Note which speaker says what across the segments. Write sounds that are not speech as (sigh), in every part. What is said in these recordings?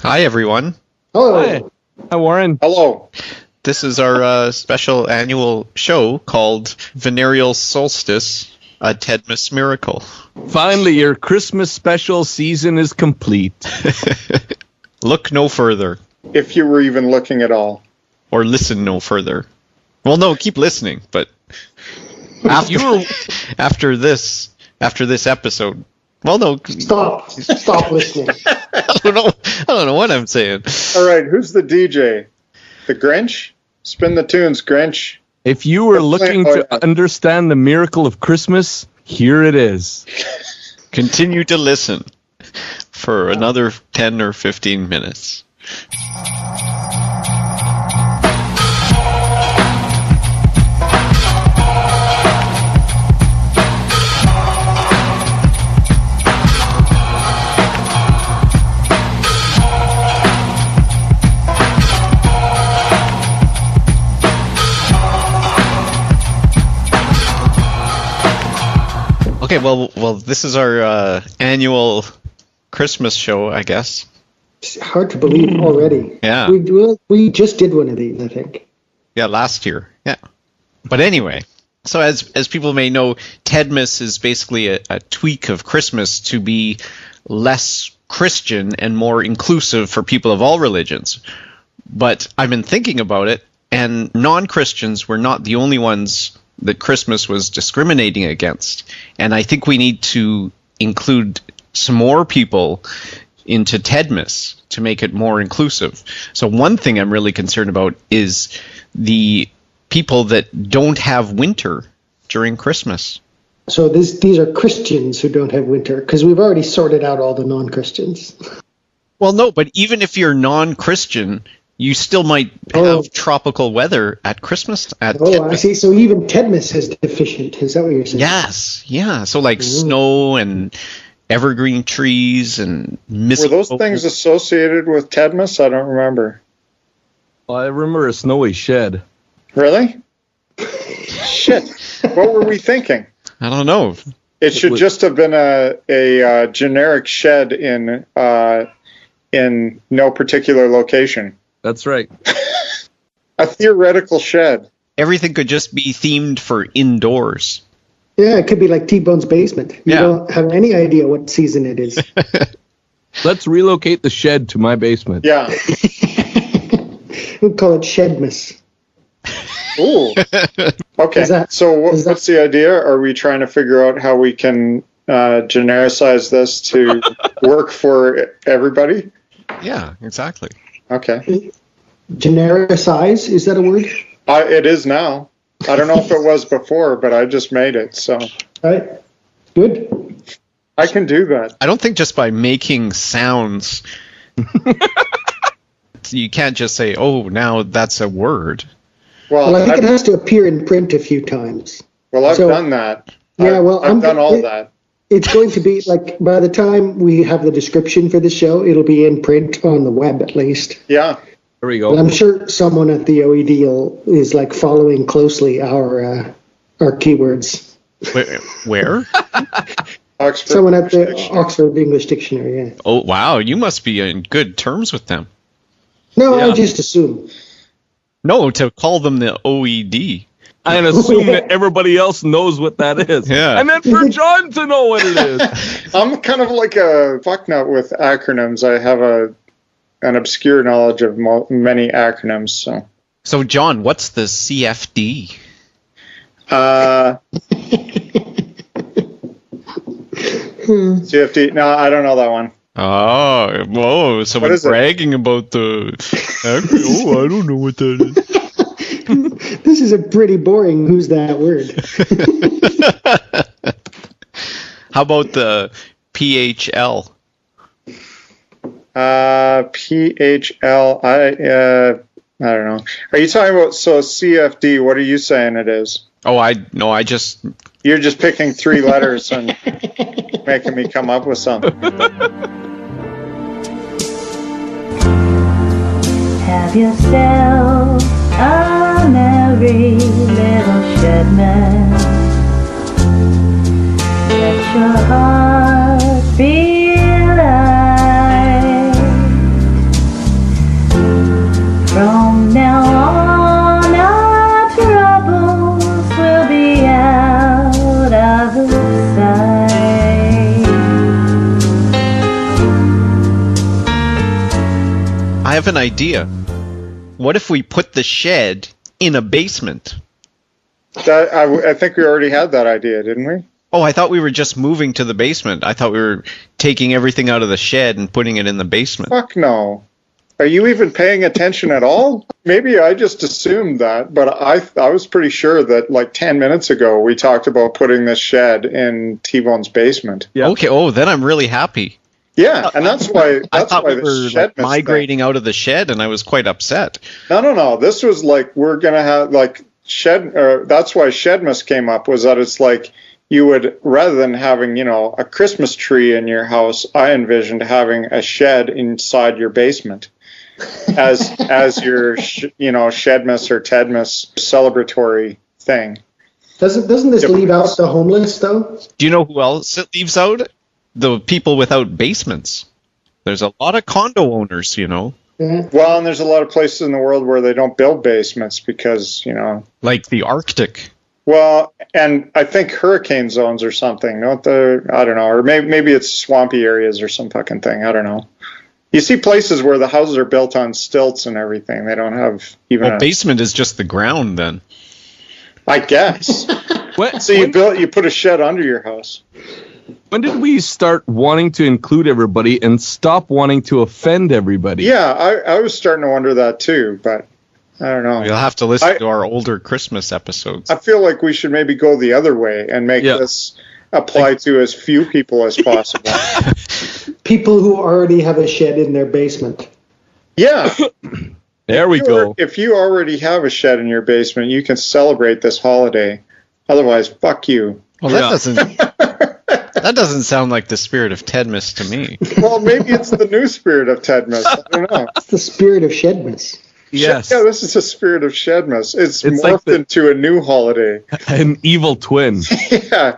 Speaker 1: Hi, everyone.
Speaker 2: Oh,
Speaker 3: Hello.
Speaker 4: Hi. Hi, Warren.
Speaker 3: Hello.
Speaker 1: This is our uh, special annual show called Venereal Solstice, a Tedmas Miracle.
Speaker 4: Finally, your Christmas special season is complete.
Speaker 1: Look no further,
Speaker 3: If you were even looking at all.
Speaker 1: or listen no further. Well, no, keep listening, but after, after this, after this episode, well, no, (laughs)
Speaker 2: Stop. Stop listening.
Speaker 1: I don't know, I don't know what I'm saying.
Speaker 3: All right, who's the DJ? The Grinch? Spin the tunes, Grinch.
Speaker 4: If you were looking
Speaker 3: Sorry.
Speaker 4: to understand the miracle of Christmas, here it is.
Speaker 1: Continue to listen for another ten or fifteen minutes. Okay, well, well, this is our uh, annual Christmas show, I guess.
Speaker 2: It's hard to believe
Speaker 3: Hmm.
Speaker 2: already.
Speaker 1: Yeah.
Speaker 2: We, we, we just did one of these, I think.
Speaker 1: Yeah, last year. Yeah. But anyway, so as as people may know, Tedmas is basically a, a tweak of Christmas to be less Christian and more inclusive for people of all religions. But I've been thinking about it, and non Christians were not the only ones that Christmas was discriminating against. And I think we need to include some more people into TEDmas to make it more inclusive. So, one thing I'm really concerned about is the people that don't have winter during Christmas.
Speaker 2: So this, these are Christians who don't have winter because we've already sorted out all the non Christians.
Speaker 1: Well, no, but even if you're non Christian, you still might have
Speaker 2: Oh.
Speaker 1: tropical weather at Christmas. At
Speaker 2: Oh, I
Speaker 1: Tedmas.
Speaker 2: see. So even Tedmas is deficient. Is that what you're saying?
Speaker 1: Yes, yeah. So like snow and evergreen trees and
Speaker 3: Were
Speaker 1: mistletoe.
Speaker 3: those things associated with Tedmas? I don't remember.
Speaker 4: Well, I remember a snowy shed.
Speaker 3: Really? Shit. What were we thinking?
Speaker 1: I don't know.
Speaker 3: It should
Speaker 4: was-
Speaker 3: just have been a, a uh, generic shed in uh, in no particular location.
Speaker 4: That's right.
Speaker 3: A theoretical shed.
Speaker 1: Everything could just be themed for indoors.
Speaker 3: (laughs)
Speaker 2: Yeah, it could be like T Bone's basement. You
Speaker 1: Yeah.
Speaker 2: don't have any idea what season
Speaker 1: (laughs)
Speaker 2: it is.
Speaker 4: Let's relocate the shed to my basement.
Speaker 3: Yeah.
Speaker 2: we'll call it Shedmas.
Speaker 3: Ooh. Okay.
Speaker 2: Is that-
Speaker 3: so, what,
Speaker 2: is that-
Speaker 3: what's the idea? Are we trying to figure out how we can uh, genericize this to
Speaker 2: (laughs)
Speaker 3: work for everybody?
Speaker 1: Yeah, exactly.
Speaker 3: Okay.
Speaker 2: Genericize, is that a word?
Speaker 3: I, it is now. I don't know if it was before, but I just made it. So,
Speaker 2: All right. Good.
Speaker 3: I can do that.
Speaker 1: I don't think just by making
Speaker 3: (laughs)
Speaker 1: sounds, you can't just say, "Oh, now that's a word."
Speaker 3: Well,
Speaker 2: Well, I think it
Speaker 3: I've,
Speaker 2: has to appear in print a few times.
Speaker 3: well, I've
Speaker 2: so-
Speaker 3: done that.
Speaker 2: Yeah,
Speaker 3: I've,
Speaker 2: well,
Speaker 3: I've
Speaker 2: I'm-
Speaker 3: done all
Speaker 2: it-
Speaker 3: that.
Speaker 2: It's going to be like by the time we have the description for the show, it'll be in print on the web at least.
Speaker 3: Yeah.
Speaker 4: There we
Speaker 2: But
Speaker 4: go.
Speaker 2: I'm sure someone at the OED will- is like following closely our uh, our keywords.
Speaker 1: Where? where?
Speaker 3: Oxford.
Speaker 2: Someone at the
Speaker 3: Dictionary.
Speaker 2: Oxford English Dictionary. Yeah.
Speaker 1: oh, wow! You must be in good terms with them.
Speaker 2: No,
Speaker 4: Yeah.
Speaker 2: I just assume.
Speaker 1: No, to call them the E OED.
Speaker 4: I assume that everybody else knows what that is.
Speaker 1: Yeah.
Speaker 4: I meant for John to know what it is.
Speaker 3: I'm kind of like a fucknut with acronyms. I have a an obscure knowledge of mo- many acronyms. So,
Speaker 1: So, John, what's the CFD?
Speaker 3: uh, CFD. No, I don't know that one.
Speaker 1: Oh, whoa! Someone
Speaker 3: is it?
Speaker 1: bragging about the.
Speaker 3: (laughs)
Speaker 1: oh, I don't know what that is.
Speaker 2: This is a pretty boring. Who's that word?
Speaker 1: How about the PHL?
Speaker 3: Uh, PHL. I uh, I don't know. Are you talking about so CFD? What are you saying it is?
Speaker 1: Oh, I no, I just
Speaker 3: You're just picking three letters and making me come up with something.
Speaker 5: Have yourself a merry little Christmas. Let your heart be light.
Speaker 1: I have an idea. What if we put the shed in a basement?
Speaker 3: That, I, w- I think we already had that idea, didn't we?
Speaker 1: Oh, I thought we were just moving to the basement. I thought we were taking everything out of the shed and putting it in the basement.
Speaker 3: Fuck no. Are you even paying attention at all? Maybe I just assumed that, but I I was pretty sure that like 10 minutes ago we talked about putting this shed in T-Bone's basement.
Speaker 4: Yeah.
Speaker 1: Okay. Oh, then I'm really happy.
Speaker 3: Yeah, and that's why that's
Speaker 1: I thought
Speaker 3: why
Speaker 1: we
Speaker 3: the
Speaker 1: were
Speaker 3: shed
Speaker 1: like,
Speaker 3: missed
Speaker 1: migrating out of the shed, and I was quite upset.
Speaker 3: That. No, no, no. This was like we're going to have like shed or that's why Shedmas came up was that it's like you would rather than having, you know, a Christmas tree in your house, I envisioned having a shed inside your basement. as as your sh- you know shedmas or tedmas celebratory thing.
Speaker 2: Doesn't doesn't this
Speaker 3: Yep.
Speaker 2: leave out the homeless though?
Speaker 1: Do you know who else it leaves out? The people without basements. There's a lot of condo owners, you know,
Speaker 2: Yeah.
Speaker 3: Well, and there's a lot of places in the world where they don't build basements because you know.
Speaker 1: like the Arctic.
Speaker 3: Well, and I think hurricane zones or something. Don't the I don't know, or maybe maybe it's swampy areas or some fucking thing. I don't know. You see places where the houses are built on stilts and everything. They don't have even.
Speaker 1: Well,
Speaker 3: a-
Speaker 1: basement is just the ground then.
Speaker 3: I guess.
Speaker 4: What,
Speaker 3: so you
Speaker 4: when,
Speaker 3: built you put a shed under your house.
Speaker 4: when did we start wanting to include everybody and stop wanting to offend everybody?
Speaker 3: Yeah, I, I was starting to wonder that too, but I don't know.
Speaker 1: You'll have to listen
Speaker 3: I-
Speaker 1: to our older Christmas episodes.
Speaker 3: I feel like we should maybe go the other way and make
Speaker 4: Yeah.
Speaker 3: this apply to as few people as possible.
Speaker 2: People who already have a shed in their basement.
Speaker 3: yeah.
Speaker 4: There we go.
Speaker 3: If you already have a shed in your basement, you can celebrate this holiday. Otherwise, fuck you.
Speaker 1: well, that
Speaker 4: Yeah.
Speaker 1: doesn't (laughs) that doesn't sound like the spirit of Tedmas to (laughs) me.
Speaker 3: Well, maybe it's the new spirit of Tedmas. I don't know.
Speaker 2: It's the spirit of shedness.
Speaker 4: (laughs) Yes.
Speaker 3: (laughs) Yeah, this is the spirit of Shedmas. It's,
Speaker 4: It's
Speaker 3: morphed
Speaker 4: like the-
Speaker 3: into a new holiday. (laughs)
Speaker 4: An evil twin.
Speaker 3: yeah.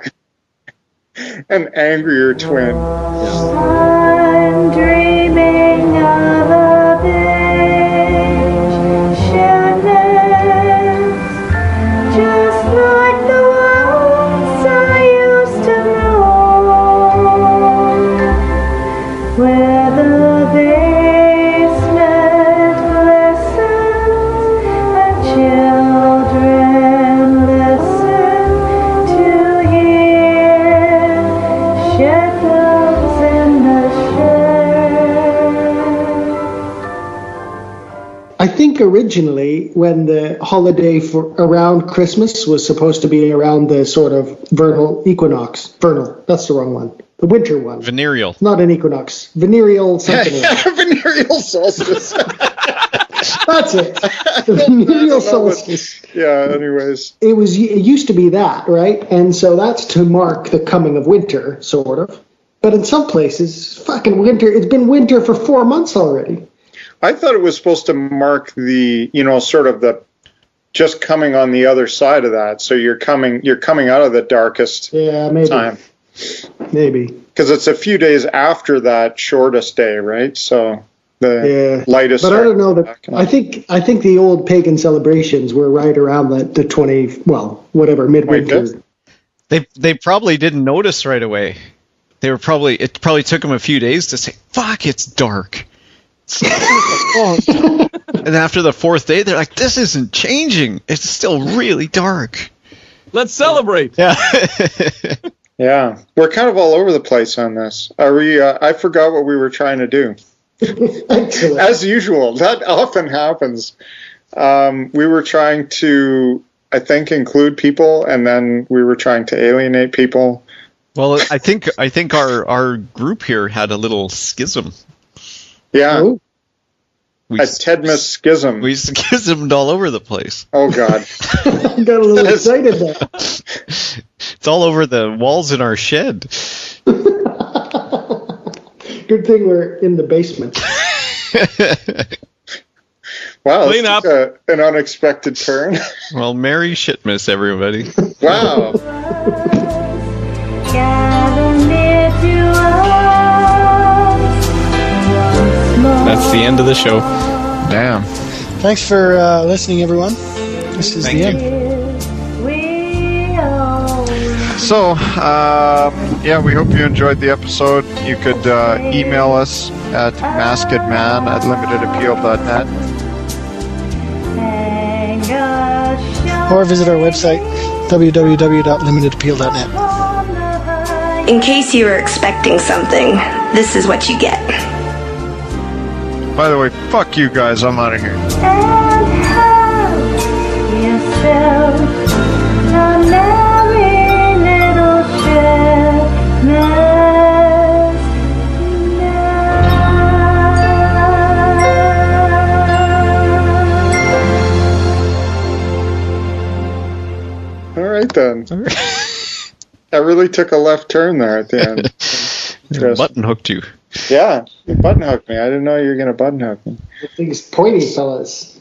Speaker 3: An angrier twin. (laughs)
Speaker 5: I'm dreaming of a big shedness, just like the ones I used to know, where the basement listens and children listen to hear Shadows in the shade.
Speaker 2: I think originally, when the holiday for around Christmas was supposed to be around the sort of vernal equinox, vernal, that's the wrong one, the winter one,
Speaker 1: Venereal.
Speaker 2: not an equinox, venereal something. else.
Speaker 3: Venereal solstice. (laughs)
Speaker 2: that's it, the venereal
Speaker 3: I don't know what-
Speaker 2: solstice.
Speaker 3: yeah, anyways.
Speaker 2: It was it used to be that, right? And so that's to mark the coming of winter, sort of. But in some places, fucking winter. It's been winter for four months already.
Speaker 3: I thought it was supposed to mark the, you know, sort of the just coming on the other side of that. So you're coming, you're coming out of the darkest
Speaker 2: Yeah, maybe,
Speaker 3: time
Speaker 2: maybe.
Speaker 3: because it's a few days after that shortest day, right? So
Speaker 2: Yeah.
Speaker 3: the lightest.
Speaker 2: But I
Speaker 3: are-
Speaker 2: don't know that I think I think the old pagan celebrations were right around the, the twenty well whatever midwinter.
Speaker 3: 25th?
Speaker 2: (laughs)
Speaker 1: They they probably didn't notice right away. They were probably it probably took them a few days to say, "Fuck, it's dark." and after the fourth day, they're like, "This isn't changing. It's still really dark."
Speaker 4: Let's celebrate.
Speaker 1: Yeah.
Speaker 3: Yeah, we're kind of all over the place on this. Are we? Uh, I forgot what we were trying to do.
Speaker 2: Excellent.
Speaker 3: As usual, that (laughs) often happens. Um, we were trying to, I think, include people, and then we were trying to alienate people.
Speaker 1: (laughs) well, I think I think our our group here had a little schism.
Speaker 3: Yeah.
Speaker 2: Oh,
Speaker 1: We
Speaker 3: a Tedmas schism.
Speaker 1: we schismed all over the place.
Speaker 4: (laughs)
Speaker 3: oh God!
Speaker 2: I got a
Speaker 3: (laughs)
Speaker 2: little excited there.
Speaker 1: It's all over the walls in our shed. (laughs)
Speaker 2: Good thing we're in the basement.
Speaker 3: Wow,
Speaker 4: Clean
Speaker 3: this
Speaker 4: up.
Speaker 3: took a- an unexpected turn. (laughs)
Speaker 1: Well, merry shitmas, everybody.
Speaker 3: wow.
Speaker 5: Gather near to us.
Speaker 6: That's the end of the show.
Speaker 1: Damn.
Speaker 7: Thanks for uh, listening, everyone. This is the end.
Speaker 5: We always
Speaker 3: So, um, yeah, we hope you enjoyed the episode. You could uh, email us at maskedman at limitedappeal.net.
Speaker 7: or visit our website www.limitedappeal.net.
Speaker 5: In case you were expecting something, this is what you get.
Speaker 3: By the way, fuck you guys. I'm out of here.
Speaker 5: And hug yourself a merry little Christmas now.
Speaker 3: All right, then. I really took a left turn there at the end. Interesting.
Speaker 1: Button hooked you.
Speaker 3: yeah, you button hooked me. I didn't know you were going to button hook me.
Speaker 2: Things pointy, fellas.